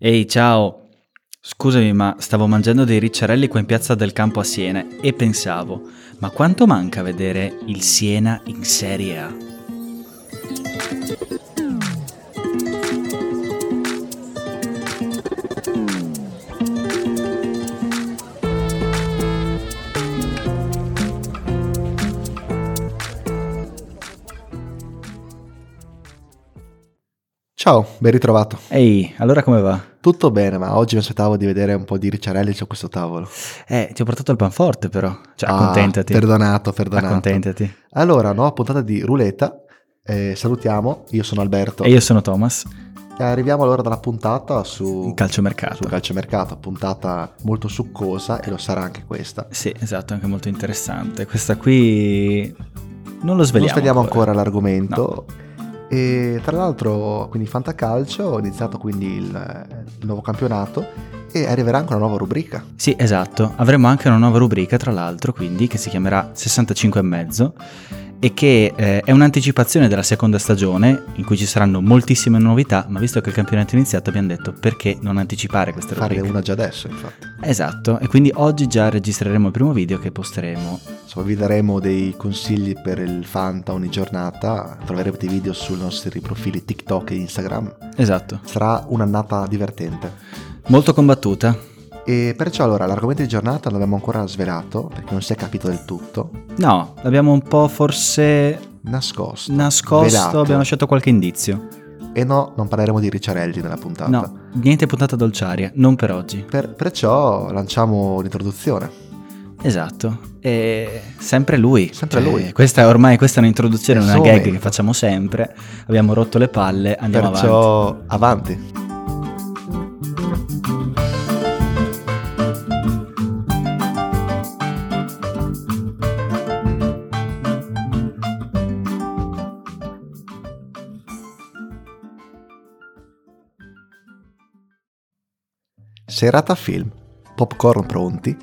Ehi, ciao! Scusami, ma stavo mangiando dei ricciarelli qua in piazza del campo a Siena e pensavo, ma quanto manca vedere il Siena in Serie A? Ciao, ben ritrovato. Ehi, allora come va? Tutto bene, ma oggi mi aspettavo di vedere un po' di ricciarelli su questo tavolo. Eh, ti ho portato il panforte però. Cioè, Ah, accontentati. Perdonato, perdonato. Accontentati. Allora, nuova puntata di Ruletta. Eh, salutiamo, io sono Alberto. E io sono Thomas, E Arriviamo allora dalla puntata su, un calciomercato. sul calciomercato, puntata molto succosa e lo sarà anche questa. Sì, esatto, anche molto interessante. Questa qui non lo svegliamo. non svegliamo ancora, l'argomento. E tra l'altro, quindi Fantacalcio, è iniziato quindi il, il nuovo campionato e arriverà anche una nuova rubrica. Sì, esatto. Avremo anche una nuova rubrica, tra l'altro, quindi, che si chiamerà 65 e mezzo e che eh, è un'anticipazione della seconda stagione in cui ci saranno moltissime novità, ma visto che il campionato è iniziato abbiamo detto perché non anticipare queste Farne rubriche. una già adesso, infatti. Esatto, e quindi oggi già registreremo il primo video che posteremo. Insomma, vi daremo dei consigli per il Fanta ogni giornata. Troverete i video sui nostri profili TikTok e Instagram. Esatto. Sarà un'annata divertente. Molto combattuta. E perciò allora l'argomento di giornata non l'abbiamo ancora svelato perché non si è capito del tutto. No, l'abbiamo un po' forse Nascosto. nascosto, velato. abbiamo lasciato qualche indizio. E no, non parleremo di Ricciarelli nella puntata. No, niente puntata dolciaria, non per oggi. Per- perciò lanciamo l'introduzione. Esatto, e sempre lui. Cioè, Sempre lui. Questa è ormai questa è un'introduzione, È il una suo gag momento. che facciamo sempre. Abbiamo rotto le palle, andiamo avanti. perciò avanti. Serata film, popcorn pronti,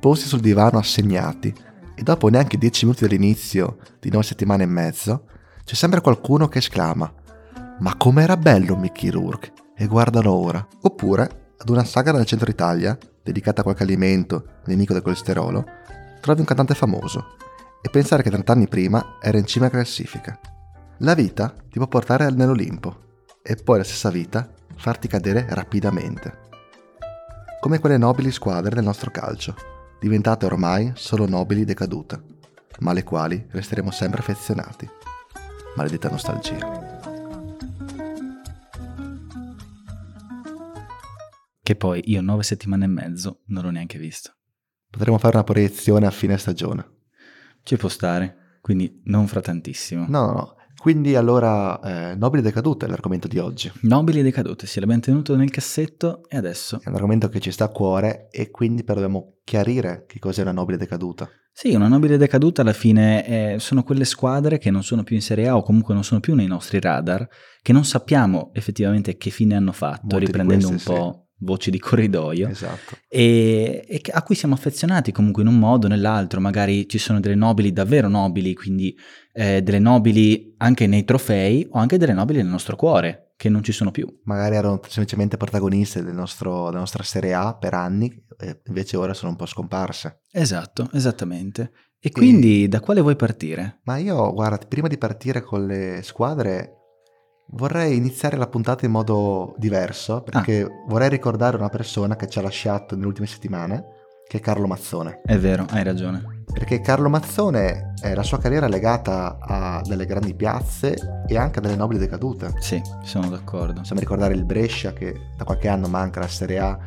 posti sul divano assegnati e dopo neanche 10 minuti dall'inizio di 9 settimane e mezzo c'è sempre qualcuno che esclama ma com'era bello Mickey Rourke e guardalo ora. Oppure, ad una sagra del centro Italia, dedicata a qualche alimento nemico del colesterolo, trovi un cantante famoso e pensare che 30 anni prima era in cima alla classifica. La vita ti può portare nell'Olimpo e poi la stessa vita farti cadere rapidamente. Come quelle nobili squadre del nostro calcio, diventate ormai solo nobili decadute, ma alle quali resteremo sempre affezionati. Maledetta nostalgia. Che poi io nove settimane e mezzo non l'ho neanche visto. Potremmo fare una proiezione a fine stagione. Ci può stare, quindi non fra tantissimo. No, no, no. Quindi allora, eh, nobili decadute è l'argomento di oggi. È Nobili e decadute, sì, l'abbiamo tenuto nel cassetto e adesso... un argomento che ci sta a cuore e quindi però dobbiamo chiarire che cos'è una nobile decaduta. Sì, una nobile decaduta alla fine eh, sono quelle squadre che non sono più in Serie A o comunque non sono più nei nostri radar, che non sappiamo effettivamente che fine hanno fatto, Molte di riprendendo queste, un po' voci di corridoio. Esatto. e, e che- a cui siamo affezionati comunque in un modo o nell'altro, magari ci sono delle nobili davvero nobili, quindi eh, delle nobili anche nei trofei o anche delle nobili nel nostro cuore, che non ci sono più. Magari erano semplicemente protagoniste del nostro- della nostra Serie A per anni, e invece ora sono un po' scomparse. Esatto, esattamente. E quindi da quale vuoi partire? Ma io, guarda, prima di partire con le squadre, vorrei iniziare la puntata in modo diverso, perché vorrei ricordare una persona che ci ha lasciato nelle ultime settimane, che è Carlo Mazzone. È vero, hai ragione. perché Carlo Mazzone eh, la sua carriera è legata a delle grandi piazze e anche a delle nobili decadute. Sì, sono d'accordo. Possiamo ricordare il Brescia che da qualche anno manca la Serie A,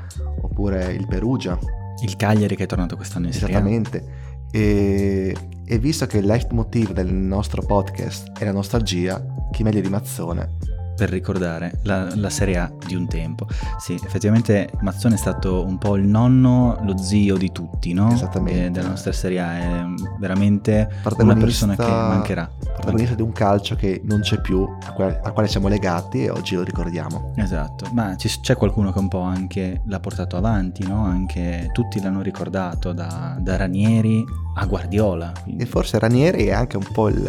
oppure il Perugia, Il Cagliari che è tornato quest'anno in Serie A. esattamente. E, e visto che il leitmotiv del nostro podcast è la nostalgia, chi meglio di Mazzone? per ricordare la, la Serie A di un tempo. Sì, effettivamente Mazzone è stato un po' il nonno, lo zio di tutti, no? Esattamente. Eh, della nostra Serie A, è veramente una Protagonista- persona che mancherà. Protagonista di un calcio che non c'è più, a quale- al quale siamo legati e oggi lo ricordiamo. Esatto, ma ci- c'è qualcuno che un po' anche l'ha portato avanti, no? Anche tutti l'hanno ricordato, da, da Ranieri a Guardiola. quindi. E forse Ranieri è anche un po' il,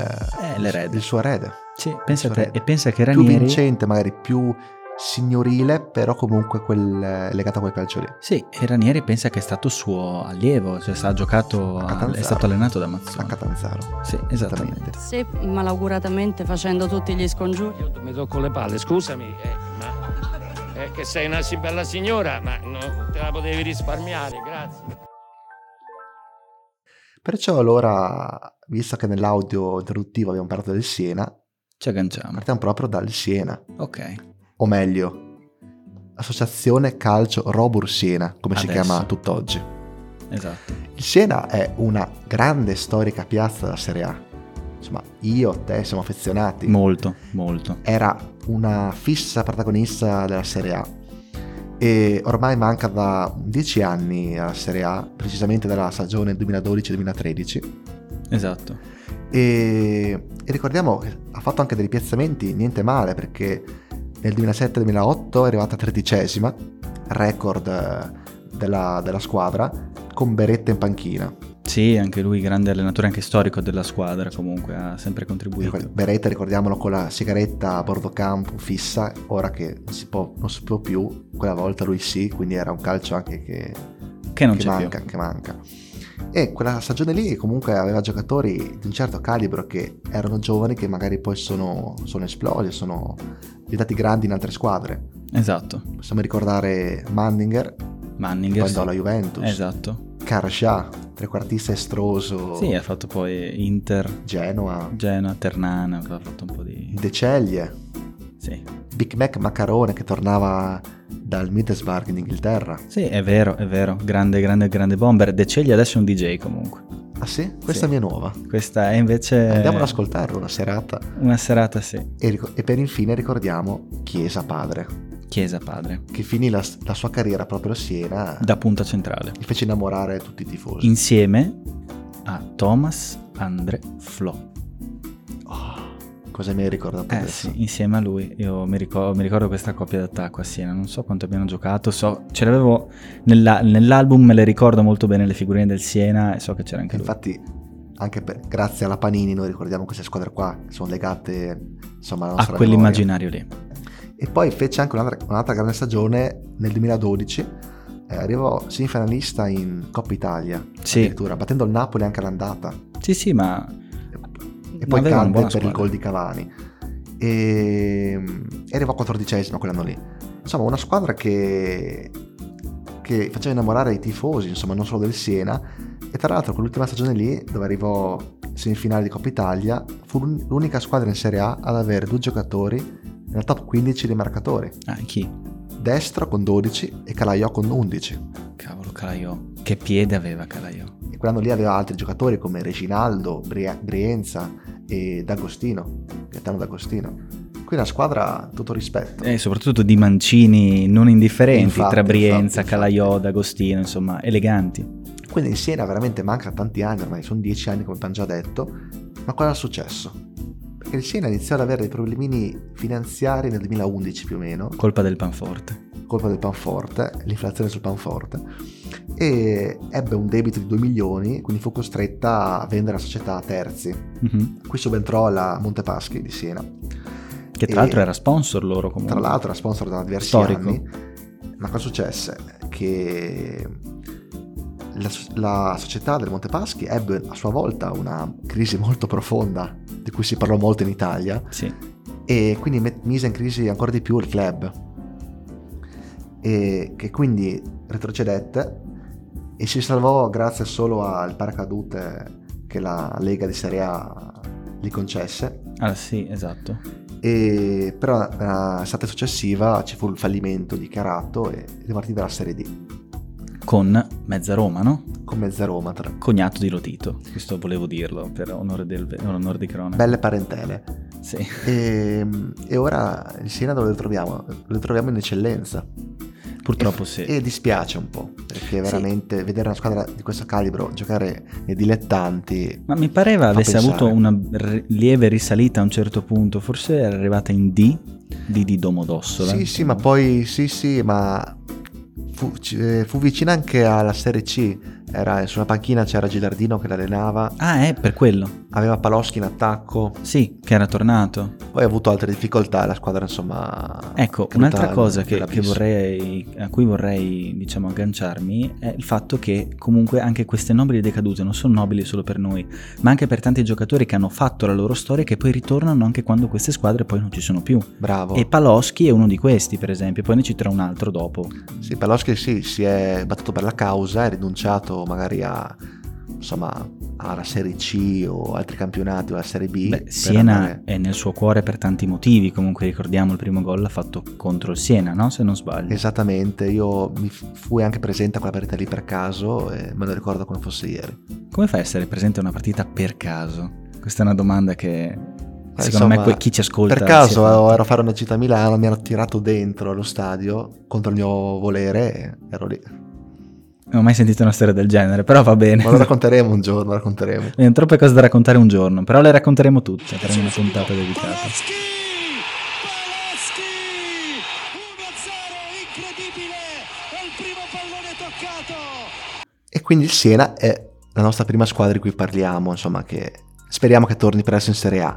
l'erede. il suo erede. Sì, pensa a te, Sorelle. e pensa che più Ranieri... vincente, magari più signorile, però comunque quel, eh, legato a quel calcio lì. Sì, e Ranieri pensa che è stato suo allievo, cioè sta- ha giocato, A a- Catanzaro. è stato allenato da A Mazzoni. Catanzaro. Sì, esattamente. Se malauguratamente facendo tutti gli scongiuri. Io mi tocco le palle, scusami, eh, ma è che sei una si- bella signora, ma no, te la potevi risparmiare, grazie. Perciò allora, visto che nell'audio introduttivo abbiamo parlato del Siena, Ci agganciamo. partiamo proprio dal Siena, Ok. o meglio, Associazione Calcio Robur Siena, come si Adesso. chiama tutt'oggi. Esatto. Il Siena è una grande storica piazza della Serie A. Insomma, io e te siamo affezionati. Molto, molto. Era una fissa protagonista della Serie A e ormai manca da 10 anni alla Serie A, precisamente dalla stagione 2012-2013. Esatto. E, e ricordiamo che ha fatto anche dei piazzamenti niente male perché nel 2007-2008 è arrivata tredicesima, record eh, della, della squadra, con Beretta in panchina. Sì, anche lui grande allenatore, anche storico della squadra, comunque ha sempre Ricordi- contribuito. Beretta, ricordiamolo, con la sigaretta a bordo campo fissa, ora che non si può, non si può più, quella volta lui sì, quindi era un calcio anche che, Che non che c'è manca, più. che manca. E quella stagione lì comunque aveva giocatori di un certo calibro che erano giovani che magari poi sono, sono esplosi, sono diventati grandi in altre squadre. Esatto. Possiamo ricordare Manninger, che Manninger. poi andò alla Juventus, Esatto. Karasha, trequartista estroso, Sì, ha fatto poi Inter, Genoa, Genoa, Ternana, ha fatto un po' di... De Ceglie, Sì. Big Mac Macarone che tornava dal Middlesbrough in Inghilterra. Sì, è vero, è vero. Grande, grande, grande bomber. De Cegli adesso è un DJ comunque. Ah sì? Sì. Questa Eh. mi è nuova. Questa è invece... Andiamo ad ascoltarlo una serata. Una serata, sì. E, ric- e per infine ricordiamo Chiesa Padre, Chiesa padre. che finì la, la sua carriera proprio a Siena Da punta centrale. e fece innamorare tutti i tifosi. Insieme a Thomas Andre Flo. Oh, cosa mi hai ricordato Eh adesso? sì, insieme a lui. Io mi ricordo, mi ricordo questa coppia d'attacco a Siena. Non so quanto abbiano giocato. So, ce l'avevo nella- nell'album, me le ricordo molto bene le figurine del Siena e so che c'era anche lui. Infatti, anche per- grazie alla Panini noi ricordiamo queste squadre qua, che sono legate insomma alla A nostra memoria. quell'immaginario lì. E poi fece anche un'altra, un'altra grande stagione nel 2012. eh, arrivò semifinalista in Coppa Italia, Sì, addirittura battendo il Napoli anche all'andata. sì, sì, ma E poi aveva una buona cadde per il squadra. gol di Cavani. E, e arrivò quattordicesimo quell'anno lì. Insomma, una squadra che, che faceva innamorare i tifosi, insomma, non solo del Siena. E tra l'altro, quell'ultima stagione lì, dove arrivò semifinale di Coppa Italia, fu l'un- l'unica squadra in Serie A ad avere due giocatori nella top 15 dei marcatori. Ah, chi? Destro con 12 e Calaiò con 11. Cavolo, Calaiò. Che piede aveva Calaiò. E quell'anno lì aveva altri giocatori come Reginaldo, Bria- Brienza e D'Agostino, Gaetano D'Agostino. Qui una squadra tutto rispetto. E Eh, soprattutto di mancini non indifferenti Infatti, tra Brienza, infatti, Calaiò, D'Agostino, insomma, eleganti. Quindi in Siena veramente manca tanti anni, ormai sono dieci anni come abbiamo già detto, ma cosa è successo? Perché il Siena iniziò ad avere dei problemini finanziari nel 2011 più o meno, Colpa del panforte. colpa del panforte, l'inflazione sul panforte, e ebbe un debito di 2 milioni, quindi fu costretta a vendere la società a terzi. Mhm. Qui subentrò la Montepaschi di Siena. Che tra E- l'altro era sponsor loro comunque. Tra l'altro era sponsor da diversi Storico. anni. Ma cosa successe? Che la, la società del Montepaschi ebbe a sua volta una crisi molto profonda, di cui si parlò molto in Italia, Sì. e quindi met- mise in crisi ancora di più il club, e che quindi retrocedette e si salvò grazie solo al paracadute che la Lega di Serie A gli concesse Ah sì, esatto. e però nell'estate successiva ci fu il fallimento dichiarato e ripartì dalla Serie D Con mezza Roma, no? con mezza Roma tra Cognato di Lotito. Questo volevo dirlo per onore, del, onore di cronaca. belle parentele Sì. e, e ora il Siena dove lo troviamo? lo troviamo in eccellenza Purtroppo E- sì. e dispiace un po' perché veramente vedere una squadra di questo calibro giocare nei dilettanti Ma mi pareva Fa avesse pensare. avuto una r- lieve risalita a un certo punto. Forse era arrivata in D. D di Domodossola. sì sì ma poi sì sì ma fu, ci- eh, fu vicina anche alla Serie C era, sulla panchina c'era Gilardino che l'allenava Ah, è per quello. aveva Paloschi in attacco, Sì, che era tornato. poi ha avuto altre difficoltà e la squadra insomma... Ecco, caduta un'altra cosa che, nell'abisso. che vorrei, a cui vorrei diciamo, agganciarmi è il fatto che comunque anche queste nobili decadute non sono nobili solo per noi, ma anche per tanti giocatori che hanno fatto la loro storia e che poi ritornano anche quando queste squadre poi non ci sono più. Bravo. E Paloschi è uno di questi, per esempio, poi ne citerò un altro dopo. Sì, Paloschi sì, si è battuto per la causa, ha rinunciato magari a, insomma, alla Serie C o altri campionati o alla Serie B. Beh, per Siena andare- è nel suo cuore per tanti motivi, comunque ricordiamo il primo gol l'ha fatto contro il Siena, no? Se non sbaglio. Esattamente, io mi f- fui anche presente a quella partita lì per caso e me lo ricordo come fosse ieri. Come fai a essere presente a una partita per caso? Questa è una domanda che secondo Eh, Insomma, me que- chi ci ascolta... per si è caso eh, fatta. ero a fare una gita a Milano, mi hanno tirato dentro allo stadio contro il mio volere e ero lì. Non ho mai sentito una storia del genere, però va bene. Ma lo racconteremo un giorno, lo racconteremo. Ne ho troppe cose da raccontare un giorno, però le racconteremo tutte, faremo una puntata dedicata. Paleschi! Paleschi! 1-0, incredibile! È il primo pallone toccato! E quindi il Siena è la nostra prima squadra di cui parliamo, insomma, che speriamo che torni presto in Serie A.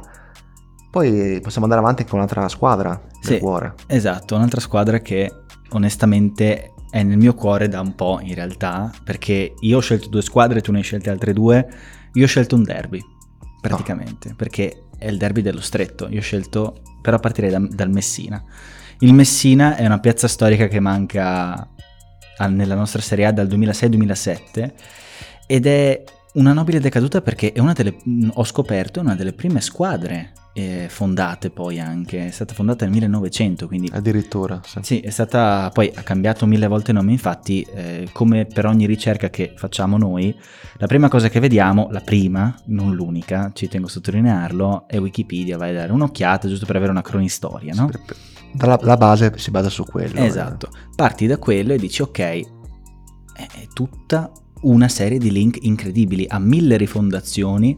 Poi possiamo andare avanti con un'altra squadra del Sì. cuore. Esatto, un'altra squadra che onestamente è nel mio cuore da un po' in realtà, perché io ho scelto due squadre, tu ne hai scelte altre due, io ho scelto un derby, praticamente, perché è il derby dello stretto, io ho scelto però partirei da- dal Messina. Il Messina è una piazza storica che manca al- nella nostra Serie A dal 2006-2007 ed è una nobile decaduta perché è una delle, mh, ho scoperto, è una delle prime squadre eh, fondate poi anche, è stata fondata nel 1900, quindi Addirittura. sì. sì, è stata poi ha cambiato mille volte nome, infatti, eh, come per ogni ricerca che facciamo noi, la prima cosa che vediamo, la prima, non l'unica, ci tengo a sottolinearlo, è Wikipedia, vai a dare un'occhiata giusto per avere una cronistoria, no? Dalla- la base si basa su quello. eh. Esatto. Parti da quello e dici ok, è è tutta una serie di link incredibili, ha mille rifondazioni.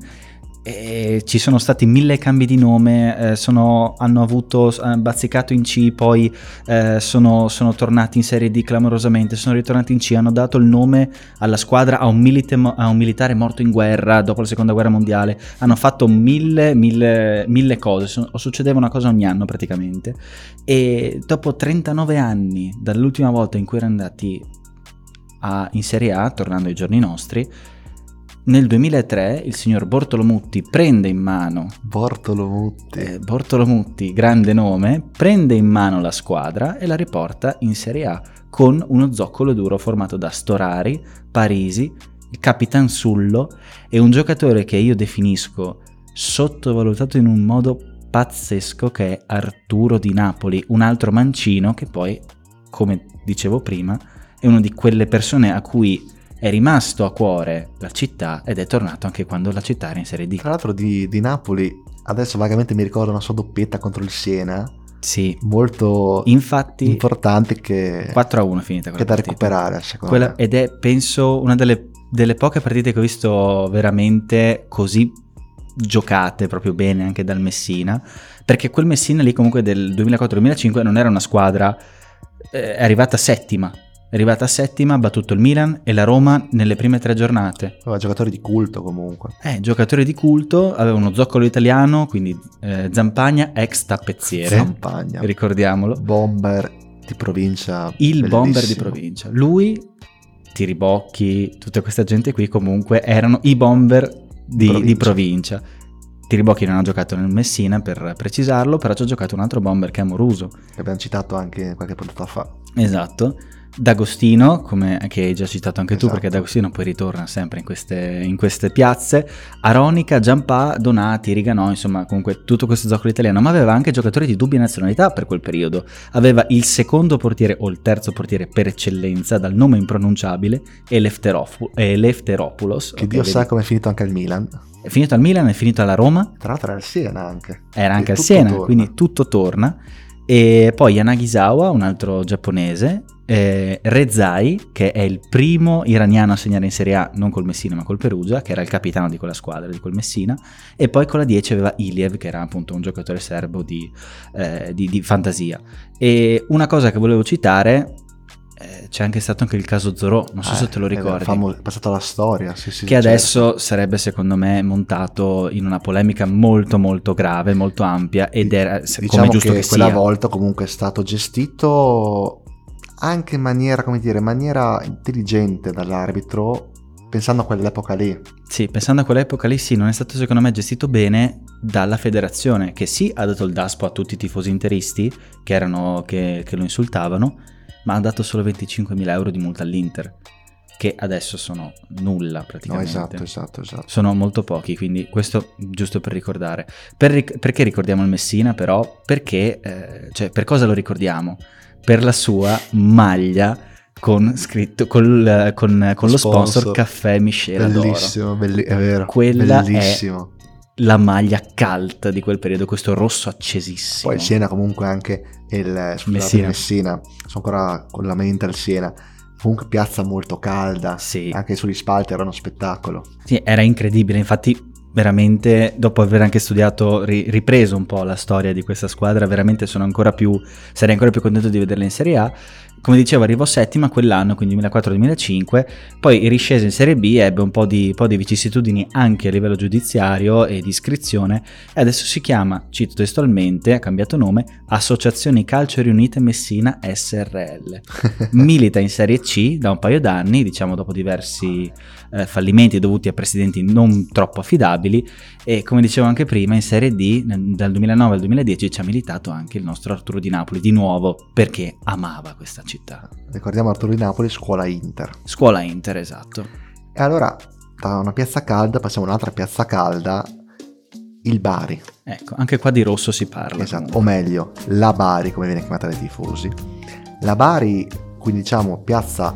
e ci sono stati mille cambi di nome, eh, sono- hanno avuto, s- eh, bazzicato in C, poi eh, sono, sono tornati in serie D clamorosamente, sono ritornati in C, hanno dato il nome alla squadra a un, milite- a un militare morto in guerra dopo la seconda guerra mondiale, hanno fatto mille, mille, mille cose, so- succedeva una cosa ogni anno praticamente e dopo 39 anni dall'ultima volta in cui erano andati a- in Serie A, tornando ai giorni nostri, nel 2003 il signor Bortolomutti prende in mano, Bortolomutti. eh, Bortolomutti, grande nome, prende in mano la squadra e la riporta in Serie A con uno zoccolo duro formato da Storari, Parisi, il Capitan Sullo e un giocatore che io definisco sottovalutato in un modo pazzesco che è Arturo di Napoli, un altro mancino che poi, come dicevo prima, è una di quelle persone a cui è rimasto a cuore la città ed è tornato anche quando la città era in Serie D. Tra l'altro di, di Napoli, adesso vagamente mi ricordo una sua doppietta contro il Siena, Sì, molto infatti importante che, 4 a 1 è finita che quella da partita. recuperare, secondo Quella- me. ed è penso una delle, delle poche partite che ho visto veramente così giocate proprio bene anche dal Messina perché quel Messina lì comunque del 2004-2005 non era una squadra eh, è arrivata settima è arrivata settima ha battuto il Milan e la Roma nelle prime tre giornate Aveva giocatori di culto comunque. eh, giocatore di culto aveva uno zoccolo italiano quindi eh, Zampagna ex tappezziere Campagna. ricordiamolo bomber di provincia. il bomber di Esatto, bellissimo. provincia. Lui, Tiribocchi, tutta questa gente qui comunque erano i bomber di di provincia. Provincia. Tiribocchi non ha giocato nel Messina per precisarlo, però ci ha giocato un altro bomber che è Moruso. Che abbiamo citato anche qualche puntata fa. Esatto. D'Agostino, come, che hai già citato anche tu, Esatto. perché D'Agostino poi ritorna sempre in queste, in queste piazze. Aronica, Giampà, Donati, Riganò, insomma, comunque tutto questo zoccolo italiano. Ma aveva anche giocatori di dubbia nazionalità per quel periodo. Aveva il secondo portiere o il terzo portiere per eccellenza, dal nome impronunciabile, Elefterofu- Elefteropoulos. Che Ok, Dio vedi. sa come è finito anche al Milan. Tra È finito al Milan, è finito alla Roma l'altro era il Siena anche. era anche al Quindi tutto Siena, torna. quindi tutto torna. E poi Yanagisawa, un altro giapponese, eh, Rezai, che è il primo iraniano a segnare in Serie A, non col Messina ma col Perugia, che era il capitano di quella squadra, di quel Messina, e poi con la 10 aveva Iliev, che era appunto un giocatore serbo di, eh, di- di fantasia. E una cosa che volevo citare, eh, c'è anche stato anche il caso Zorò, non so Eh, se te lo è ricordi. famo- è passata la storia, sì, sì, che certo. adesso sarebbe secondo me montato in una polemica molto molto grave, molto ampia ed era se- diciamo come è giusto che, che, quella sia. volta comunque è stato gestito anche in maniera, come dire, in maniera intelligente dall'arbitro, pensando a quell'epoca lì. Sì, pensando a quell'epoca lì sì, non è stato secondo me gestito bene dalla federazione che sì ha dato il daspo a tutti i tifosi interisti che, erano, che, che lo insultavano, ma ha dato solo 25.000 euro di multa all'Inter, che adesso sono nulla No, praticamente. esatto, esatto, esatto. sono molto pochi, quindi questo giusto per ricordare. Per ric- perché ricordiamo il Messina però? Perché, eh, cioè, per cosa lo ricordiamo? Per la sua maglia con scritto, col, eh, con, con lo sponsor, Sponsor. Caffè Miscela d'Oro. Bellissimo, belli- è vero. Quella è- bellissimo. La maglia cult di quel periodo, questo rosso accesissimo. Poi Siena comunque anche il scusate, Messina. Messina. sono ancora con la mente al Siena. Comunque piazza molto calda, Sì. anche sugli spalti era uno spettacolo. Sì, era incredibile, infatti veramente dopo aver anche studiato, ri- ripreso un po' la storia di questa squadra, veramente sono ancora più, sarei ancora più contento di vederla in Serie A. Come dicevo arrivò settima quell'anno, quindi 2004-2005, poi riscese in Serie B, ebbe un po' di, po' di vicissitudini anche a livello giudiziario e di iscrizione e adesso si chiama, cito testualmente, ha cambiato nome, Associazioni Calcio Riunite Messina SRL. Milita in Serie C da un paio d'anni, diciamo dopo diversi eh, fallimenti dovuti a presidenti non troppo affidabili e come dicevo anche prima in Serie D nel- dal 2009 al 2010 ci ha militato anche il nostro Arturo Di Napoli di nuovo perché amava questa città. Ricordiamo Arturo di Napoli, scuola Inter. Scuola Inter, esatto. E allora da una piazza calda passiamo a un'altra piazza calda, il Bari. Ecco, anche qua di rosso si parla. Esatto, o comunque. meglio, la Bari, come viene chiamata dai tifosi. La Bari, quindi diciamo, piazza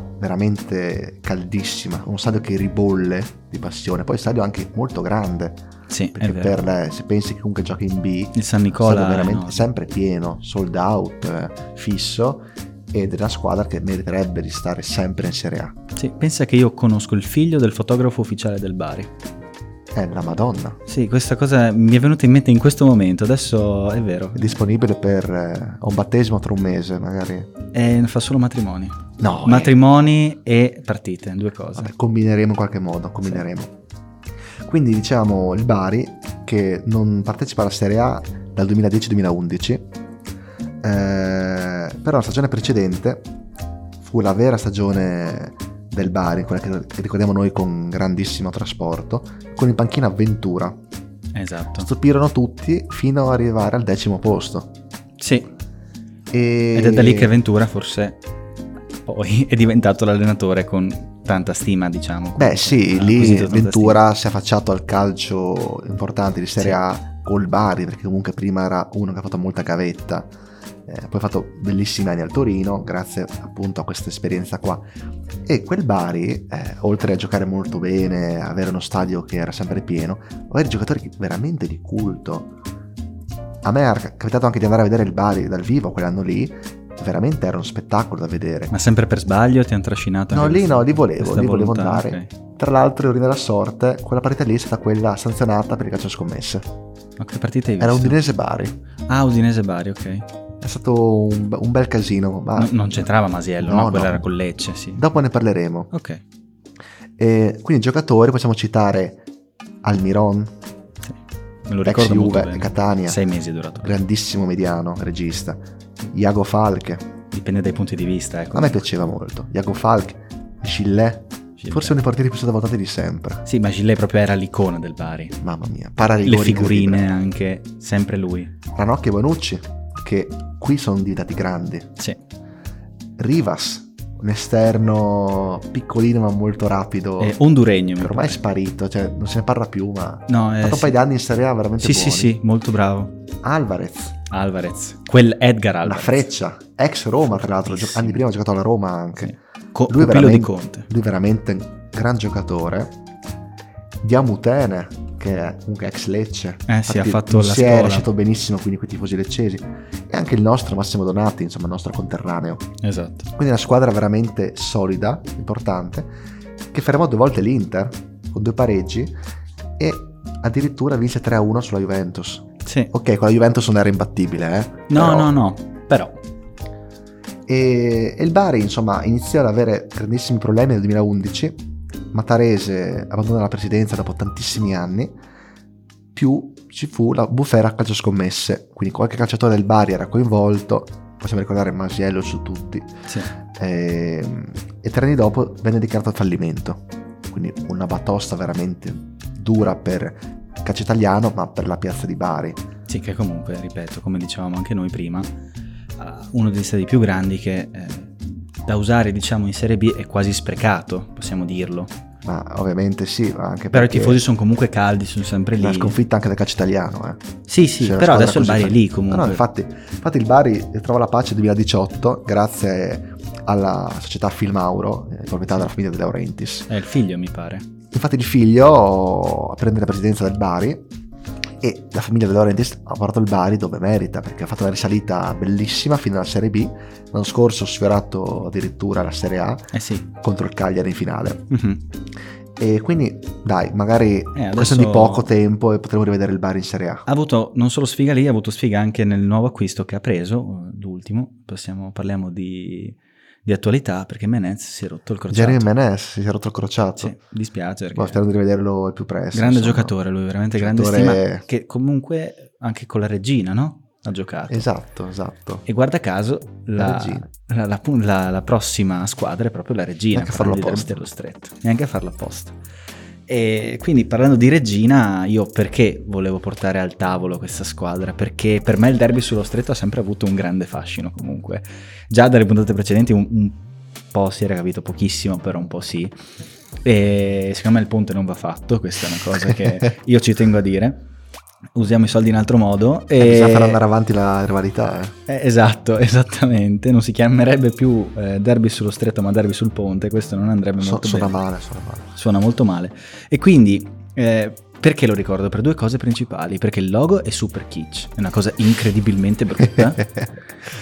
veramente caldissima, uno stadio che ribolle di passione, poi stadio anche molto grande, Sì, è perché vero. eh, per, eh, se pensi che comunque giochi in B, Il San stadio Nicola è veramente enorme. sempre pieno, sold out, eh, fisso, ed è una squadra che meriterebbe di stare sempre in Serie A. Sì, pensa che io conosco il figlio del fotografo ufficiale del Bari. È la Madonna, Sì, questa cosa mi è venuta in mente in questo momento, adesso è vero. è disponibile per eh, un battesimo tra un mese magari. Eh, fa solo matrimoni. No, Matrimoni e partite, due cose. Vabbè, combineremo in qualche modo, combineremo. Quindi diciamo il Bari che non partecipa alla Serie A dal 2010-2011, eh, però la stagione precedente fu la vera stagione del Bari, quella che, che ricordiamo noi con grandissimo trasporto, con in panchina Ventura. Esatto. Stupirono tutti fino ad arrivare al decimo posto. Sì, E- Ed è da lì che Ventura forse poi è diventato l'allenatore con tanta stima, diciamo. Beh sì, Ha lì acquisito tanta Ventura si è affacciato al calcio importante di Serie Sì. A col Bari, perché comunque prima era uno che ha fatto molta gavetta, eh, poi ha fatto bellissimi anni al Torino, grazie appunto a questa esperienza qua. E quel Bari, eh, oltre a giocare molto bene, avere uno stadio che era sempre pieno, avere giocatori che- veramente di culto. A me era capitato anche di andare a vedere il Bari dal vivo quell'anno lì, veramente era uno spettacolo da vedere. stima. Ma sempre per sbaglio ti hanno trascinato? No, anche lì questa- no, lì volevo, questa lì volevo volontà, andare. Tra l'altro, ironia della sorte, quella partita lì è stata quella sanzionata per il calcio a scommesse. ok. Ma che partita hai visto? Era Udinese Bari. Ah, Udinese Bari, ok. È stato un, be- un bel casino, ma No, non c'entrava Masiello, no, Ah. No, quella no. era con Lecce, sì. dopo ne parleremo. Ok. E quindi giocatori possiamo citare Almiron, Sì. Me lo ex ricordo molto Juve, bene. Catania, Sei mesi è durato. grandissimo mediano, regista. Iago Falche, Dipende dai punti di vista, ecco. a me piaceva molto. Iago Falche, Gillè, Gillet. forse uno dei portieri più sopravvalutati di sempre. Sì, ma Gillet proprio era l'icona del Bari. Mamma mia, Le pararigori figurine incredibile. anche, sempre lui. Ranocchi e Bonucci, che qui sono diventati grandi. Sì. Rivas, un esterno piccolino ma molto rapido, Eh, Honduregno, mi che Oh. ormai è pare. sparito, cioè non se ne parla più, ma ha No, eh, fatto un sì. paio di anni in Serie A veramente Sì, sì, buoni. sì, molto bravo. Alvarez, Alvarez, quel Edgar la Alvarez. freccia, ex Roma tra l'altro, gio- Sì. anni prima ha giocato alla Roma anche. Sì. Co- pupillo Lui veramente- di Conte. Lui veramente un gran giocatore. Diamutene, che è comunque ex Lecce. Eh sì, ha Infatti fatto non la si è scuola. lasciato benissimo quindi quei tifosi leccesi. E anche il nostro Massimo Donati, insomma il nostro conterraneo. Esatto. Quindi una squadra veramente solida, importante, che fermò due volte l'Inter con due pareggi e addirittura vinse 3-1 sulla Juventus. Sì. Ok, con la Juventus non era imbattibile, eh? No, però- no, no. Però E, e il Bari, insomma, iniziò ad avere grandissimi problemi nel 2011. Matarese abbandona la presidenza dopo tantissimi anni. Più ci fu la bufera calcio scommesse, quindi qualche calciatore del Bari era coinvolto. Possiamo ricordare Masiello su tutti. Sì. Ehm, e tre anni dopo venne dichiarato il fallimento. Quindi una batosta veramente dura per il calcio italiano, ma per la piazza di Bari. Sì, che comunque, ripeto, come dicevamo anche noi prima, eh, uno degli stadi più grandi che eh, da usare, diciamo, in Serie B è quasi sprecato, possiamo dirlo. Ma ovviamente sì, ma anche Però i perché tifosi sono comunque caldi, sono sempre lì. la sconfitta anche del calcio italiano, eh. Sì, sì, C'è una però squadra adesso il così Bari è fa- lì No, comunque. no, infatti, infatti il Bari trova la pace nel 2018 grazie alla società Filmauro, eh, proprietà della famiglia De Laurentiis. È il figlio, mi pare. Infatti il figlio prende la presidenza del Bari e la famiglia De Laurentiis ha portato il Bari dove merita perché ha fatto una risalita bellissima fino alla Serie B. L'anno scorso ha sfiorato addirittura la Serie A Eh sì. contro il Cagliari in finale. Mhm. E quindi dai, magari Eh, adesso- questo di poco tempo e potremo rivedere il Bari in Serie A. Ha avuto non solo sfiga lì, ha avuto sfiga anche nel nuovo acquisto che ha preso, eh, l'ultimo. Possiamo- parliamo di, di attualità perché Menez si è rotto il crociato. Jeremy Menes si è rotto il crociato. Sì, dispiace. perché- Boh, spero di rivederlo al più presto. grande insomma. giocatore lui, veramente grande Giocatore- stima. Che comunque anche con la regina, no? Ha giocato. Esatto, esatto. E guarda caso la, La regina. la- la pu- la- la prossima squadra è proprio la regina, Neanche a farlo parlando di apposta. Dello Stretto, neanche a farla apposta. E quindi parlando di regina, io perché volevo portare al tavolo questa squadra? Perché per me il derby sullo stretto ha sempre avuto un grande fascino comunque. Già dalle puntate precedenti un, un po' si era capito pochissimo, però un po' sì. E secondo me il ponte non va fatto, questa è una cosa che io ci tengo a dire. Usiamo i soldi in altro modo. E... Eh, Bisogna far andare avanti la rivalità. eh. Eh, esatto, esattamente. Non si chiamerebbe più eh, derby sullo stretto, ma derby sul ponte. Questo non andrebbe So- molto suona bene. male, suona male. Suona molto male. E quindi, eh, perché lo ricordo? Per due cose principali. Perché il logo è super kitsch, è una cosa incredibilmente brutta. Eh?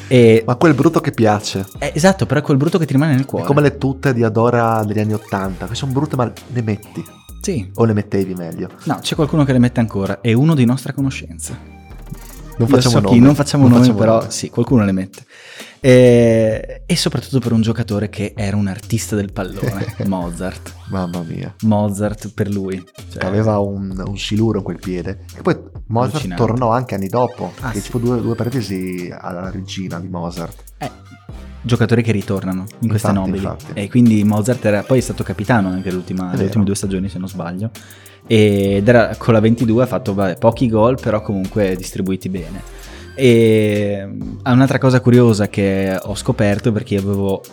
e, Ma quel brutto che piace. eh, esatto, però è quel brutto che ti rimane nel È cuore. come le tute di Adora degli anni Ottanta, che sono brutte ma le metti, Sì. o le mettevi meglio. No, c'è qualcuno che le mette ancora. È uno di nostra conoscenza. Lo Non facciamo so nomi. chi, non facciamo nomi, facciamo però nomi. sì, qualcuno le mette. Eh, E, e soprattutto per un giocatore che era un artista del pallone, Mozart. Mamma mia. Mozart per lui. Cioè, Aveva un, un siluro in quel piede. Che poi Mozart Allucinante. tornò anche anni dopo. Ah, che sì. ci fu due, due parentesi alla regina di Mozart. eh, giocatori che ritornano in queste Infatti, nobili. infatti. E quindi Mozart era, poi è stato capitano anche l'ultima, le vero. ultime due stagioni, se non sbaglio. Ed era con la 22 ha fatto vabbè, pochi gol, però comunque distribuiti bene. E mm, un'altra cosa curiosa che ho scoperto perché io avevo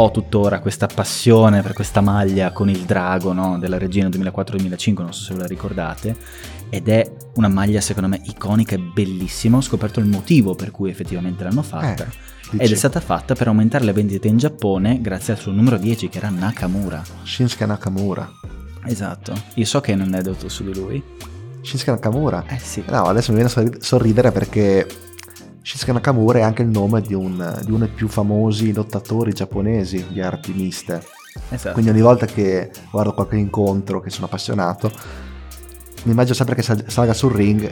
ho tuttora questa passione per questa maglia con il drago no, della regina 2004-2005, non so se ve la ricordate, ed è una maglia secondo me iconica e bellissima, ho scoperto il motivo per cui effettivamente l'hanno Eh, fatta. Ah, Ed Dici, è stata fatta per aumentare le vendite in Giappone grazie al suo numero 10 che era Nakamura. Shinsuke Nakamura. Esatto. Io so che è un aneddoto su di lui. Shinsuke Nakamura. Eh sì. No, adesso mi viene a sorri- sorridere perché Shinsuke Nakamura è anche il nome di, un- di uno dei più famosi lottatori giapponesi, di arti miste. Esatto. Quindi ogni volta che guardo qualche incontro, che sono appassionato, mi immagino sempre che sal- salga sul ring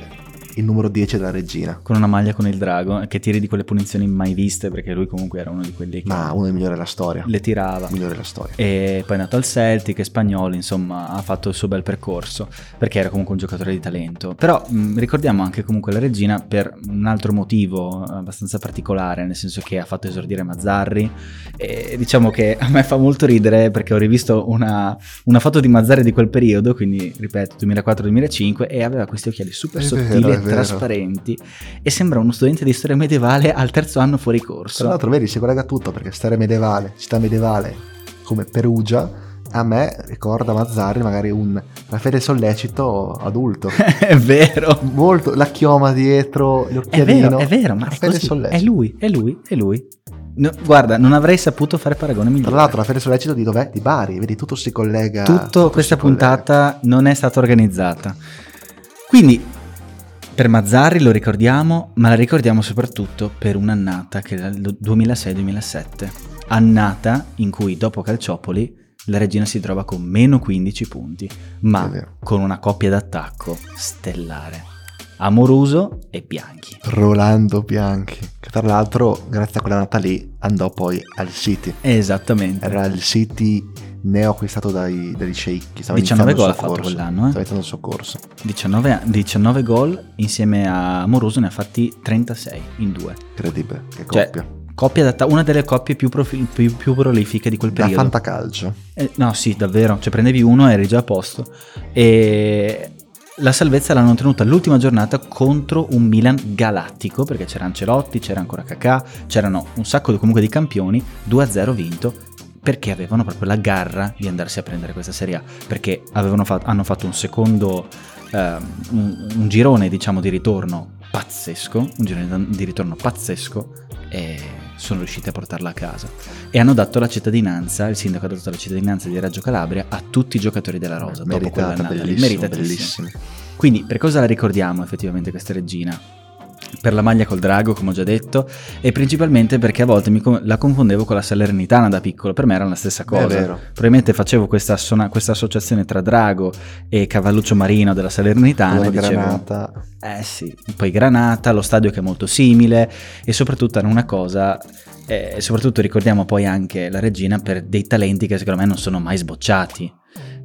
il numero 10 della regina. Con una maglia con il drago eh, che tiri di quelle punizioni mai viste perché lui comunque era uno di quelli che Ma uno dei migliori della storia. le tirava. Migliore della storia. E poi è nato al Celtic, è spagnolo, insomma ha fatto il suo bel percorso perché era comunque un giocatore di talento. Però mh, ricordiamo anche comunque la regina per un altro motivo eh, abbastanza particolare, nel senso che ha fatto esordire Mazzarri e diciamo che a me fa molto ridere perché ho rivisto una, una foto di Mazzarri di quel periodo, quindi ripeto 2004-2005 e aveva questi occhiali super È vero, sottili è e vero. trasparenti e sembra uno studente di storia medievale al terzo anno fuori Tra corso. l'altro, vedi, si collega tutto perché storia medievale, città medievale come Perugia, a me ricorda Mazzarri magari un Raffaele Sollecito adulto. È vero. Molto, la chioma dietro, È l'occhialino. vero, è vero, ma è, Raffaele così. Sollecito. è lui, è lui, è lui. No, guarda, non avrei saputo fare paragone Tra migliore. l'altro, Raffaele Sollecito di dov'è? Di Bari, vedi, tutto si collega. eh, Tutto si questa collega. puntata non è stata organizzata. Quindi, per Mazzarri lo ricordiamo, ma la ricordiamo soprattutto per un'annata che era il 2006-2007. Annata in cui dopo Calciopoli la regina si trova con meno 15 punti, È ma vero. con una coppia d'attacco stellare. Amoruso e Bianchi. Rolando Bianchi, che tra l'altro grazie a quella nata lì andò poi al City. Esattamente. Era il City neo acquistato dai, dagli sceicchi. Stava 19 iniziando il gol ha suo fatto corso. quell'anno, eh? Stava iniziando il suo corso. 19, a- 19 gol insieme a Amoruso ne ha fatti 36 in due. Incredibile, che Cioè, coppia. Coppia adatta- una delle coppie più, profi- più- più prolifiche di quel da periodo. fantacalcio. Eh, no, sì, davvero. Cioè, prendevi uno e eri già a posto. E la salvezza l'hanno tenuta l'ultima giornata contro un Milan galattico, perché c'era Ancelotti, c'era ancora Kakà, c'erano un sacco di- comunque di campioni, 2-0 vinto, perché avevano proprio la garra di andarsi a prendere questa Serie A, perché avevano fa- hanno fatto un secondo, ehm, un, un girone, diciamo, di ritorno pazzesco, un girone di ritorno pazzesco, e sono riusciti a portarla a casa e hanno dato la cittadinanza, il sindaco ha dato la cittadinanza di Reggio Calabria a tutti i giocatori della Rosa dopo Meritata, quell'annata lì, bellissima, meritatissima. bellissima. Quindi per cosa la ricordiamo effettivamente questa regina? Per la maglia col drago, come ho già detto, e principalmente perché a volte mi co- la confondevo con la Salernitana da piccolo, per me era la stessa È cosa. vero. Probabilmente facevo questa, assona- questa associazione tra drago e cavalluccio marino della Salernitana Color e Ah, dicevo, granata. eh sì, poi Granata, lo stadio che è molto simile e soprattutto era una cosa, eh, e soprattutto ricordiamo poi anche la regina per dei talenti che secondo me non sono mai sbocciati.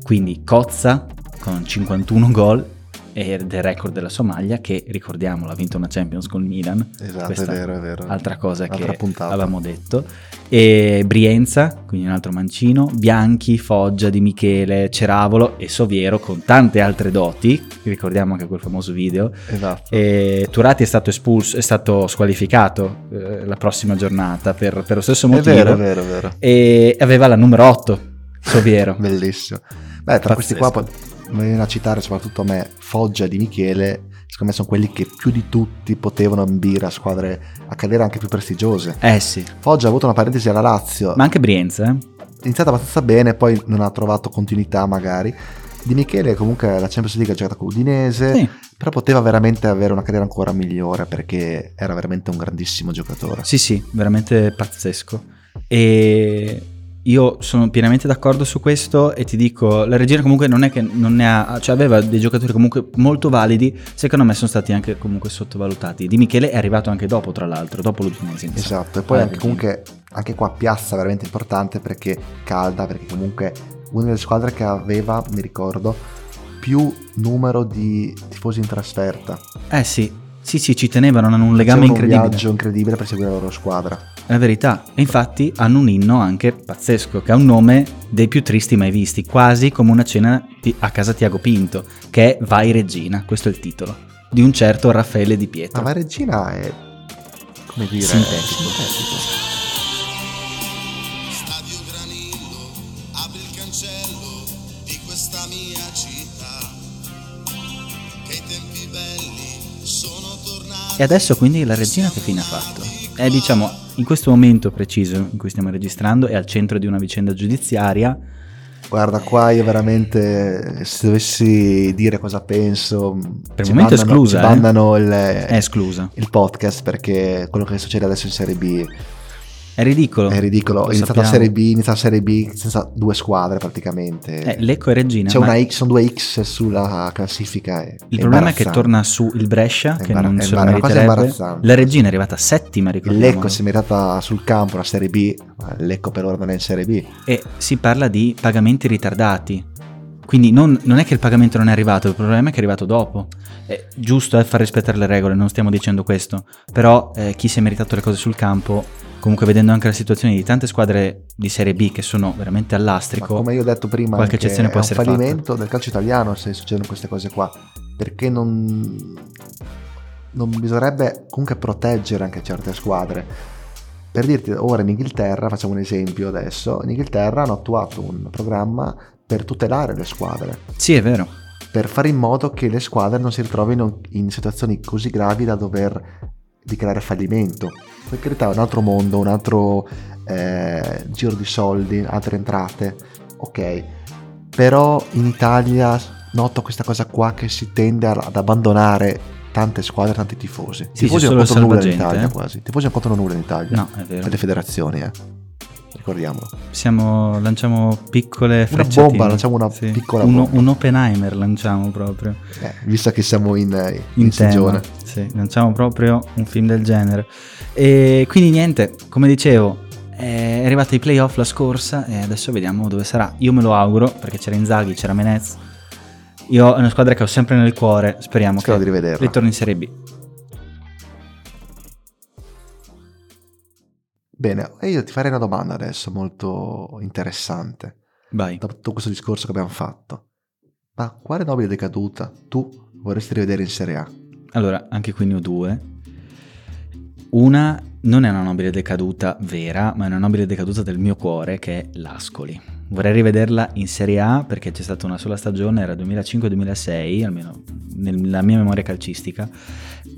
Quindi Cozza con 51 gol e del record della Somalia che ricordiamolo ha vinto una Champions con il Milan, Esatto, Questa- è vero, è vero. altra cosa che Altra puntata. avevamo detto, e Brienza, quindi un altro mancino, Bianchi, Foggia di Michele, Ceravolo e Soviero con tante altre doti, ricordiamo anche quel famoso video Esatto. e Turati è stato espulso, è stato squalificato eh, la prossima giornata per, per lo stesso È motivo. vero, è vero, è vero. E aveva la numero 8, Soviero. Bellissimo. Beh, tra questi qua Pazzesco. poi mi viene a citare soprattutto a me Foggia di Michele, secondo me sono quelli che più di tutti potevano ambire a squadre a carriere anche più prestigiose. eh sì, Foggia ha avuto una parentesi alla Lazio, ma anche Brienza. eh. iniziata abbastanza bene, poi non ha trovato continuità magari. Di Michele comunque la Champions League ha giocato con l'Udinese, eh? Sì. però poteva veramente avere una carriera ancora migliore perché era veramente un grandissimo giocatore. Sì, sì, veramente pazzesco. E io sono pienamente d'accordo su questo e ti dico, la regina comunque non è che non ne ha, cioè aveva dei giocatori comunque molto validi, secondo me sono stati anche comunque sottovalutati. Di Michele è arrivato anche dopo, tra l'altro, dopo l'Udinese. mi sa. Esatto, e poi Ah, anche, quindi- comunque anche qua piazza veramente importante perché calda, perché comunque una delle squadre che aveva, mi ricordo, più numero di tifosi in trasferta. Eh sì, sì, sì, ci tenevano, hanno un legame Facevano incredibile. Un viaggio incredibile per seguire la loro squadra. È la verità. E infatti hanno un inno anche pazzesco, che ha un nome dei più tristi mai visti, quasi come una cena di- a casa Tiago Pinto, che è Vai Regina, questo è il titolo, di un certo Raffaele Di Ma Pietro. la regina è... come dire... Sintetico. sintetico. Stadio Granillo, apri il cancello di questa mia città. Che i tempi belli sono tornati. E adesso quindi la regina che fine ha fatto? È diciamo, in questo momento preciso in cui stiamo registrando, è al centro di una vicenda giudiziaria. Guarda qua io veramente se dovessi dire cosa penso... Per il momento è esclusa, Ci eh. bandano il, È esclusa. il podcast perché quello che succede adesso in Serie B È ridicolo. È ridicolo, Lo è iniziata la sappiamo. Serie B, inizia la Serie B senza due squadre praticamente. Eh, Lecco e Regina. C'è ma- una X- sono due X sulla classifica. È, Il problema è che torna su il Brescia, È che imbara- non è se lo imbara- è una cosa meriterebbe. imbarazzante. La regina è arrivata settima, Il ricordiamo. Lecco si è meritata sul campo la Serie B, ma il Lecco per ora non è in Serie B. E si parla di pagamenti ritardati. Quindi non, non è che il pagamento non è arrivato, il problema è che è arrivato dopo. È giusto è far rispettare le regole, non stiamo dicendo questo. Però eh, chi si è meritato le cose sul campo, comunque vedendo anche la situazione di tante squadre di Serie B che sono veramente Ma all'astrico, come io ho detto prima, qualche anche eccezione è può un essere fallimento del calcio italiano se succedono queste cose qua. Perché non, non bisognerebbe comunque proteggere anche certe squadre. Per dirti, ora in Inghilterra, facciamo un esempio adesso, in Inghilterra hanno attuato un programma per tutelare le squadre, Sì, è vero. per fare in modo che le squadre non si ritrovino in situazioni così gravi da dover dichiarare fallimento. Poi in realtà è un altro mondo, un altro eh, giro di soldi, altre entrate, ok. Però in Italia noto questa cosa qua che si tende a- ad abbandonare tante squadre, tanti tifosi. I Sì, tifosi c'è non solo contano nulla in salvagente, Italia eh. quasi, i tifosi non contano nulla in Italia. No, è vero. Per le federazioni, eh. ricordiamolo. Siamo, lanciamo piccole Una frecciatine. bomba, lanciamo una piccola Uno- bomba. Un Oppenheimer lanciamo proprio. Eh, visto che siamo in, eh, in in tema. stagione. Sì, lanciamo proprio un film del genere. E quindi niente, come dicevo, è arrivato ai playoff la scorsa e adesso vediamo dove sarà. Io me lo auguro perché c'era Inzaghi, c'era Menez. Io è una squadra che ho sempre nel cuore, speriamo Spero che di rivederla. ritorni in Serie B. Bene, e io ti farei una domanda adesso molto interessante. Vai. Dopo tutto questo discorso che abbiamo fatto, ma quale nobile decaduta tu vorresti rivedere in Serie A? Allora, anche qui ne ho due. Una non è una nobile decaduta vera, ma è una nobile decaduta del mio cuore che è l'Ascoli. Vorrei rivederla in Serie A perché c'è stata una sola stagione, era 2005-2006, almeno nella mia memoria calcistica.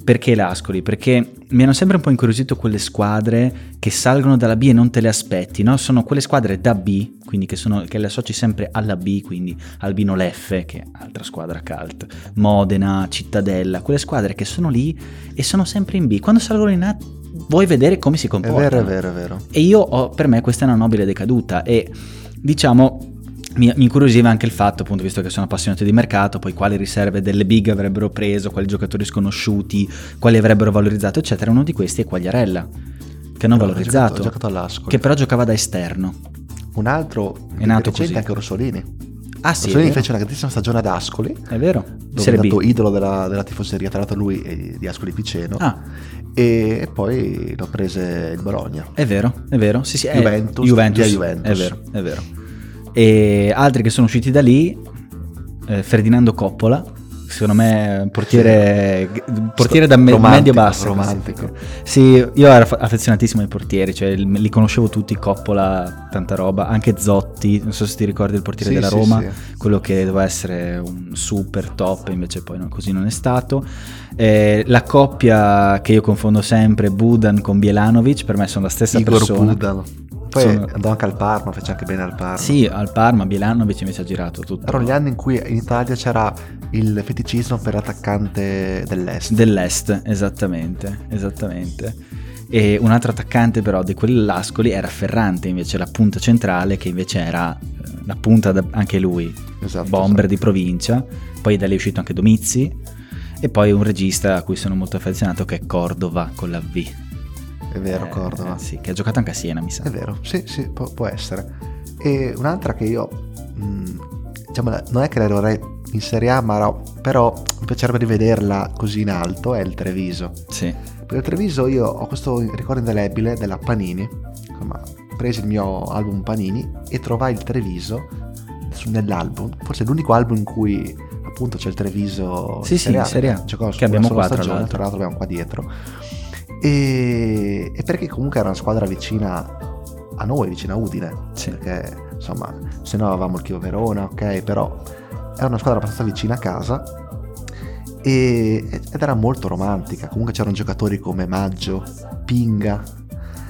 Perché l'Ascoli? Perché mi hanno sempre un po' incuriosito quelle squadre che salgono dalla B e non te le aspetti, no? Sono quelle squadre da B, quindi che, sono- che le associ sempre alla B, quindi Albino Leffe, che è altra squadra cult, Modena, Cittadella, quelle squadre che sono lì e sono sempre in B. Quando salgono in A vuoi vedere come si È comportano. vero, è vero, è vero. E io ho, per me questa è una nobile decaduta e diciamo mi, mi incuriosiva anche il fatto, appunto, visto che sono appassionato di mercato, poi quali riserve delle big avrebbero preso, quali giocatori sconosciuti, quali avrebbero valorizzato, eccetera. Uno di questi è Quagliarella, che hanno Però valorizzato, Ha giocato, ha giocato all'Ascoli. esatto. che però giocava da esterno. Un altro È nato recente così. è anche Rossolini. Ah sì, è Rossolini vero, fece una grandissima stagione ad Ascoli, è vero. dove è Serie stato B. idolo della, della tifoseria, tra l'altro lui è di Ascoli Piceno, Ah, e poi lo prese il Bologna. è vero, è vero. Sì, sì, è Juventus, Juventus, via Juventus. È vero, è vero. E altri che sono usciti da lì, eh, Ferdinando Coppola, secondo me un portiere, un portiere da me- Romantico, medio-basso. romantico. Sì, io ero fa- affezionatissimo ai portieri, cioè li li conoscevo tutti, Coppola, tanta roba, anche Zotti, non so se ti ricordi il portiere Sì, della sì, Roma, sì. quello che doveva essere un super top, invece poi no, così non è stato. Eh, la coppia che io confondo sempre, Budan con Bielanovic, per me sono la stessa Igor persona. Budan. Poi Sono- andò anche al Parma, fece anche bene al Parma. Sì, al Parma, Bielanovic invece ha girato tutto. Erano gli anni in cui in Italia c'era il feticismo per l'attaccante dell'est. Dell'est, esattamente, esattamente. E un altro attaccante però di quelli dell'Ascoli era Ferrante, invece la punta centrale che invece era eh, la punta da- anche lui, Esatto, bomber di provincia, poi da lì è uscito anche Domizzi e poi un regista a cui sono molto affezionato che è Cordova con la V. esatto. È vero, Eh, Cordova. Eh, sì, che ha giocato anche a Siena, mi sa. È vero, sì, sì, può, può essere. E un'altra che io, mh, diciamo, la- non è che la dovrei in Serie A, ma no, però mi piacerebbe rivederla così in alto, è il Treviso. Sì, Per il Treviso io ho questo ricordo indelebile della Panini, insomma, presi il mio album Panini e trovai il Treviso su- nell'album, forse è l'unico album in cui appunto c'è il Treviso Sì, sì, in Serie A, giocò che su una abbiamo sola qua, tra stagione, l'altro. tra l'altro abbiamo qua dietro. E, e perché comunque era una squadra vicina a noi, vicina a Udine, Sì. perché insomma, se no avevamo il Chievo Verona, ok, però era una squadra abbastanza vicina a casa e- ed era molto romantica. Comunque c'erano giocatori come Maggio, Pinga,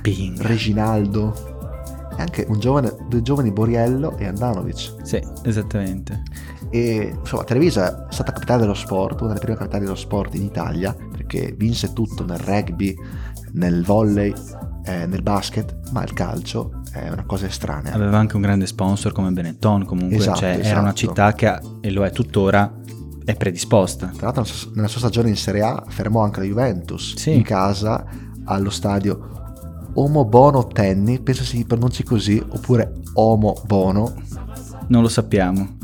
Ping. Reginaldo e anche un giovane, due giovani Boriello e Andanovic. sì, esattamente. Eh. E insomma, Treviso è stata capitale dello sport, una delle prime capitali dello sport in Italia, perché vinse tutto nel rugby, nel volley, eh, nel basket, ma il calcio è una cosa estranea. Aveva anche un grande sponsor come Benetton, comunque Esatto, cioè, era esatto. una città che, ha- e lo è tuttora, è predisposta. Tra l'altro nella sua- nella sua stagione in Serie A fermò anche la Juventus Sì. in casa allo stadio Omo Bono Tenni, penso si pronunci così, oppure Omo Bono. Non lo sappiamo.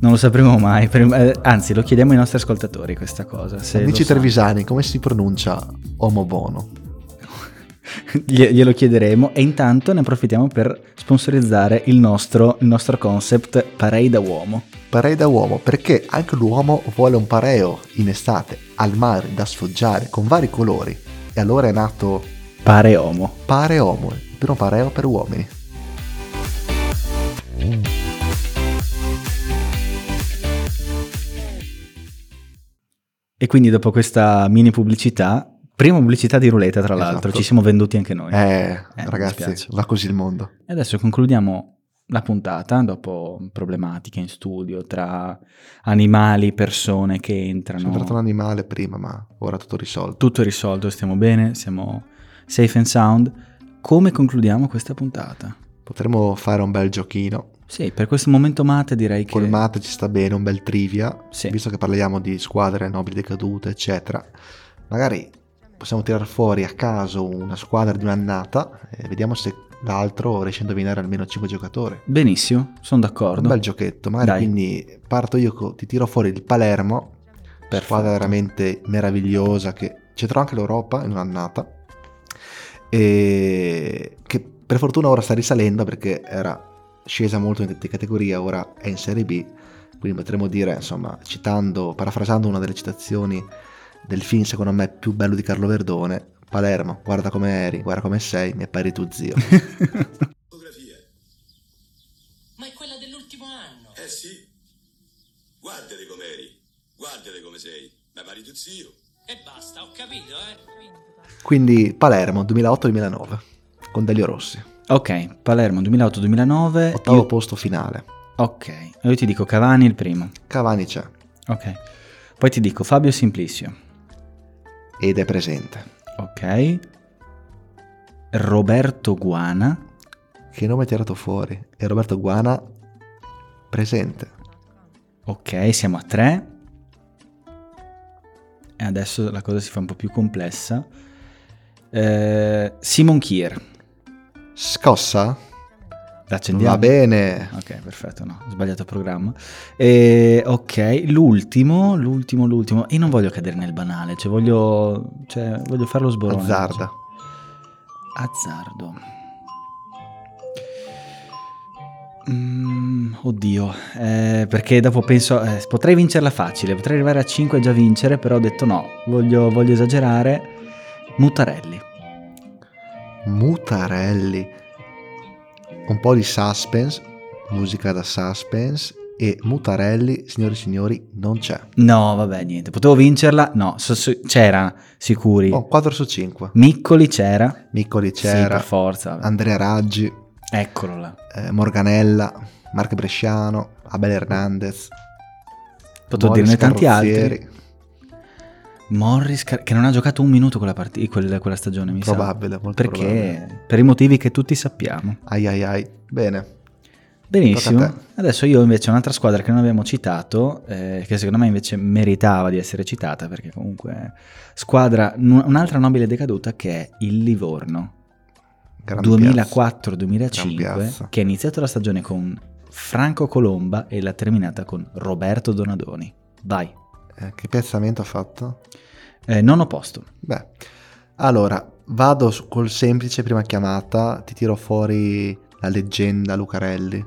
Non lo sapremo mai. per- eh, anzi, lo chiediamo ai nostri ascoltatori questa cosa. se Amici lo sanno. trevisani, come si pronuncia Omo Bono? Glie- glielo chiederemo. E intanto ne approfittiamo per sponsorizzare il nostro, il nostro concept Parei da uomo. Parei da uomo, perché anche l'uomo vuole un pareo in estate, al mare, da sfoggiare, con vari colori. E allora è nato Pare uomo. Pare Omo, il primo pareo per uomini. E quindi dopo questa mini pubblicità, prima pubblicità di ruleta tra l'altro, Esatto. ci siamo venduti anche noi. Eh, mi ragazzi, dispiace. va così il mondo. E adesso concludiamo la puntata dopo problematiche in studio tra animali, persone che Sono entrano. sembrato un animale prima, ma ora tutto risolto. Tutto è risolto, stiamo bene, siamo safe and sound. Come concludiamo questa puntata? Potremmo fare un bel giochino. Sì, per questo momento Mate direi che... Col mate ci sta bene, un bel trivia. Sì. Visto che parliamo di squadre nobili decadute, eccetera. Magari possiamo tirare fuori a caso una squadra di un'annata e vediamo se l'altro riesce a indovinare almeno 5 giocatori. Benissimo, sono d'accordo. Un bel giochetto, magari Dai. quindi parto io, co- ti tiro fuori il Palermo, Perfetto. squadra veramente meravigliosa che c'entrò anche l'Europa in un'annata e che per fortuna ora sta risalendo perché era scesa molto in di categoria, ora è in Serie B, quindi potremmo dire, insomma, citando, parafrasando una delle citazioni del film secondo me più bello di Carlo Verdone, Palermo, guarda come eri, guarda come sei, mi appari tu zio. Fotografia. Ma è quella dell'ultimo anno. Eh sì. Guardate com'eri. Guardate come sei. Ma pari tu zio. E basta, ho capito, eh. Quindi Palermo 2008-2009 con Delio Rossi, Ok, Palermo 2008-2009. ottavo Eh, io- posto finale. Ok, io ti dico Cavani il primo. Cavani c'è Ok. Poi ti dico Fabio Simplicio. ed è presente. Ok. Roberto Guana. Che nome hai tirato fuori? E Roberto Guana presente. Ok, siamo a 3. E adesso la cosa si fa un po' più complessa. Eh, Simon Kier. Scossa? L'accendiamo? Va bene. Ok, perfetto, no, ho sbagliato programma. Eh, ok, l'ultimo, l'ultimo, l'ultimo. E non voglio cadere nel banale, cioè voglio, cioè, voglio fare lo sborone. Azzarda. Azzardo. Mm, oddio, eh, perché dopo penso, eh, potrei vincerla facile, potrei arrivare a 5 e già vincere, però ho detto no, voglio, voglio esagerare. Mutarelli. Mutarelli. Un po' di suspense, musica da suspense e Mutarelli, signori e signori, non c'è. No, vabbè, niente, potevo vincerla? No, so- so- c'era, sicuri. Oh, 4 su 5. Miccoli c'era. Niccoli Sì, per c'era, forza. vabbè. Andrea Raggi, Eccolo là. eh, Morganella, Marco Bresciano, Abel Hernandez. Potevo Boris dirne tanti altri. Carrozzieri. Morris, Car- che non ha giocato un minuto quella, parti- quel- quella stagione, mi Probabile, sa. molto probabile. Perché? Per i motivi che tutti sappiamo. Ai ai ai. Bene. Tocca a Benissimo. te. Adesso io invece ho un'altra squadra che non abbiamo citato, eh, che secondo me invece meritava di essere citata, perché comunque squadra, nu- un'altra nobile decaduta che è il Livorno. Gran Gran 2004-2005, piazza. che ha iniziato la stagione con Franco Colomba e l'ha terminata con Roberto Donadoni. Vai. piazza. Eh, che piazzamento ha fatto? Eh, nono posto. Beh, allora vado su- col semplice prima chiamata, ti tiro fuori la leggenda Lucarelli.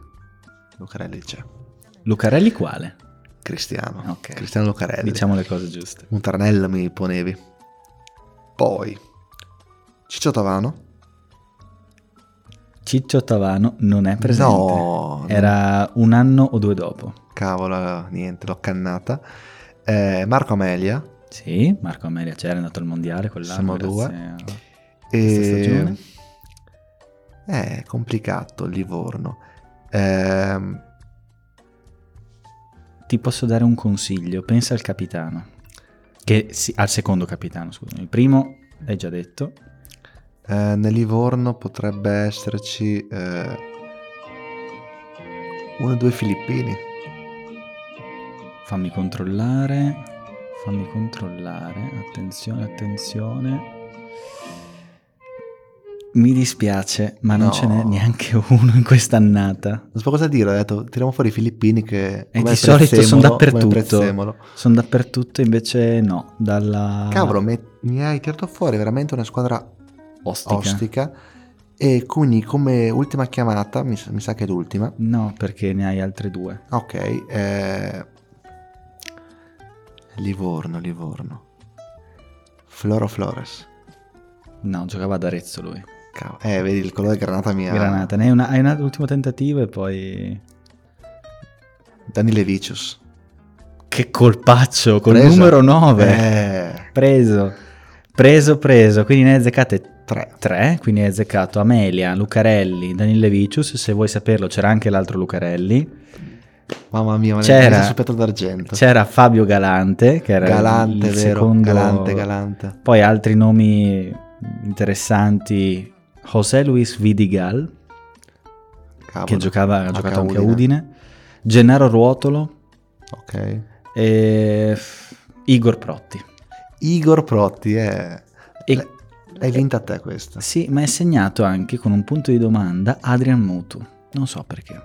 Lucarelli c'è. Lucarelli quale? Cristiano. Ok. Cristiano Lucarelli. Diciamo le cose giuste. Un tranello mi ponevi. Poi Ciccio Tavano. Ciccio Tavano non è presente. No, Era un anno o due dopo. cavolo, niente, l'ho cannata. Eh, Marco Amelia. Sì, Marco Amelia c'era, è andato al mondiale quell'anno. Siamo due. grazie a- Questa E... Eh, stagione? È complicato il Livorno. Ehm, Ti posso dare un consiglio, pensa al capitano. Che sì, al secondo capitano, scusami. Il primo l'hai già detto. eh, nel Livorno potrebbe esserci eh, uno o due filippini. Fammi controllare. Fammi controllare. Attenzione, attenzione. Mi dispiace, ma non No. ce n'è neanche uno in quest'annata. Non so cosa dire, ho detto tiriamo fuori i filippini che... E come Eh, di solito sono prezzemolo- come dappertutto. prezzemolo. Sono dappertutto, invece no. Dalla Cavolo, me- mi hai tirato fuori veramente una squadra Ah. ostica. ostica. E quindi come ultima chiamata, mi, sa- mi sa che è l'ultima, No, perché ne hai altre due. ok, eh, Livorno, Livorno. Floro Flores. No, giocava ad Arezzo lui. Cavolo, eh, vedi il colore granata mia. Granata, ne hai, una- hai un ultimo tentativo e poi... Danile Vicius. Che colpaccio, col Preso. numero 9. Eh, Preso, preso, preso. Quindi ne hai azzeccate tre. 3. Quindi hai azzeccato Amelia, Lucarelli, Danile Vicius. Se vuoi saperlo, c'era anche l'altro Lucarelli. Mamma mia, ma C'era- l'hai su petto d'argento. C'era Fabio Galante, che era Galante, il vero? secondo... Galante, Galante. Poi altri nomi interessanti. José Luis Vidigal. Cavolo. che giocava, ha Anche giocato anche a Udine, Gennaro Ruotolo Ok. e Igor Protti. Igor Protti è... E- L- L'hai vinta a te questa. Sì, ma è segnato anche con un punto di domanda Adrian Mutu. Non so perché.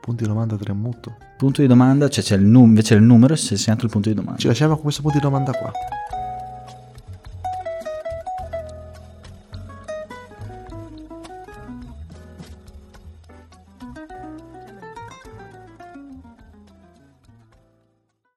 Punti di domanda Tremuto. Punto di domanda, cioè c'è il num- invece il numero e si è segnato il punto di domanda. Ci lasciamo con questo punto di domanda qua.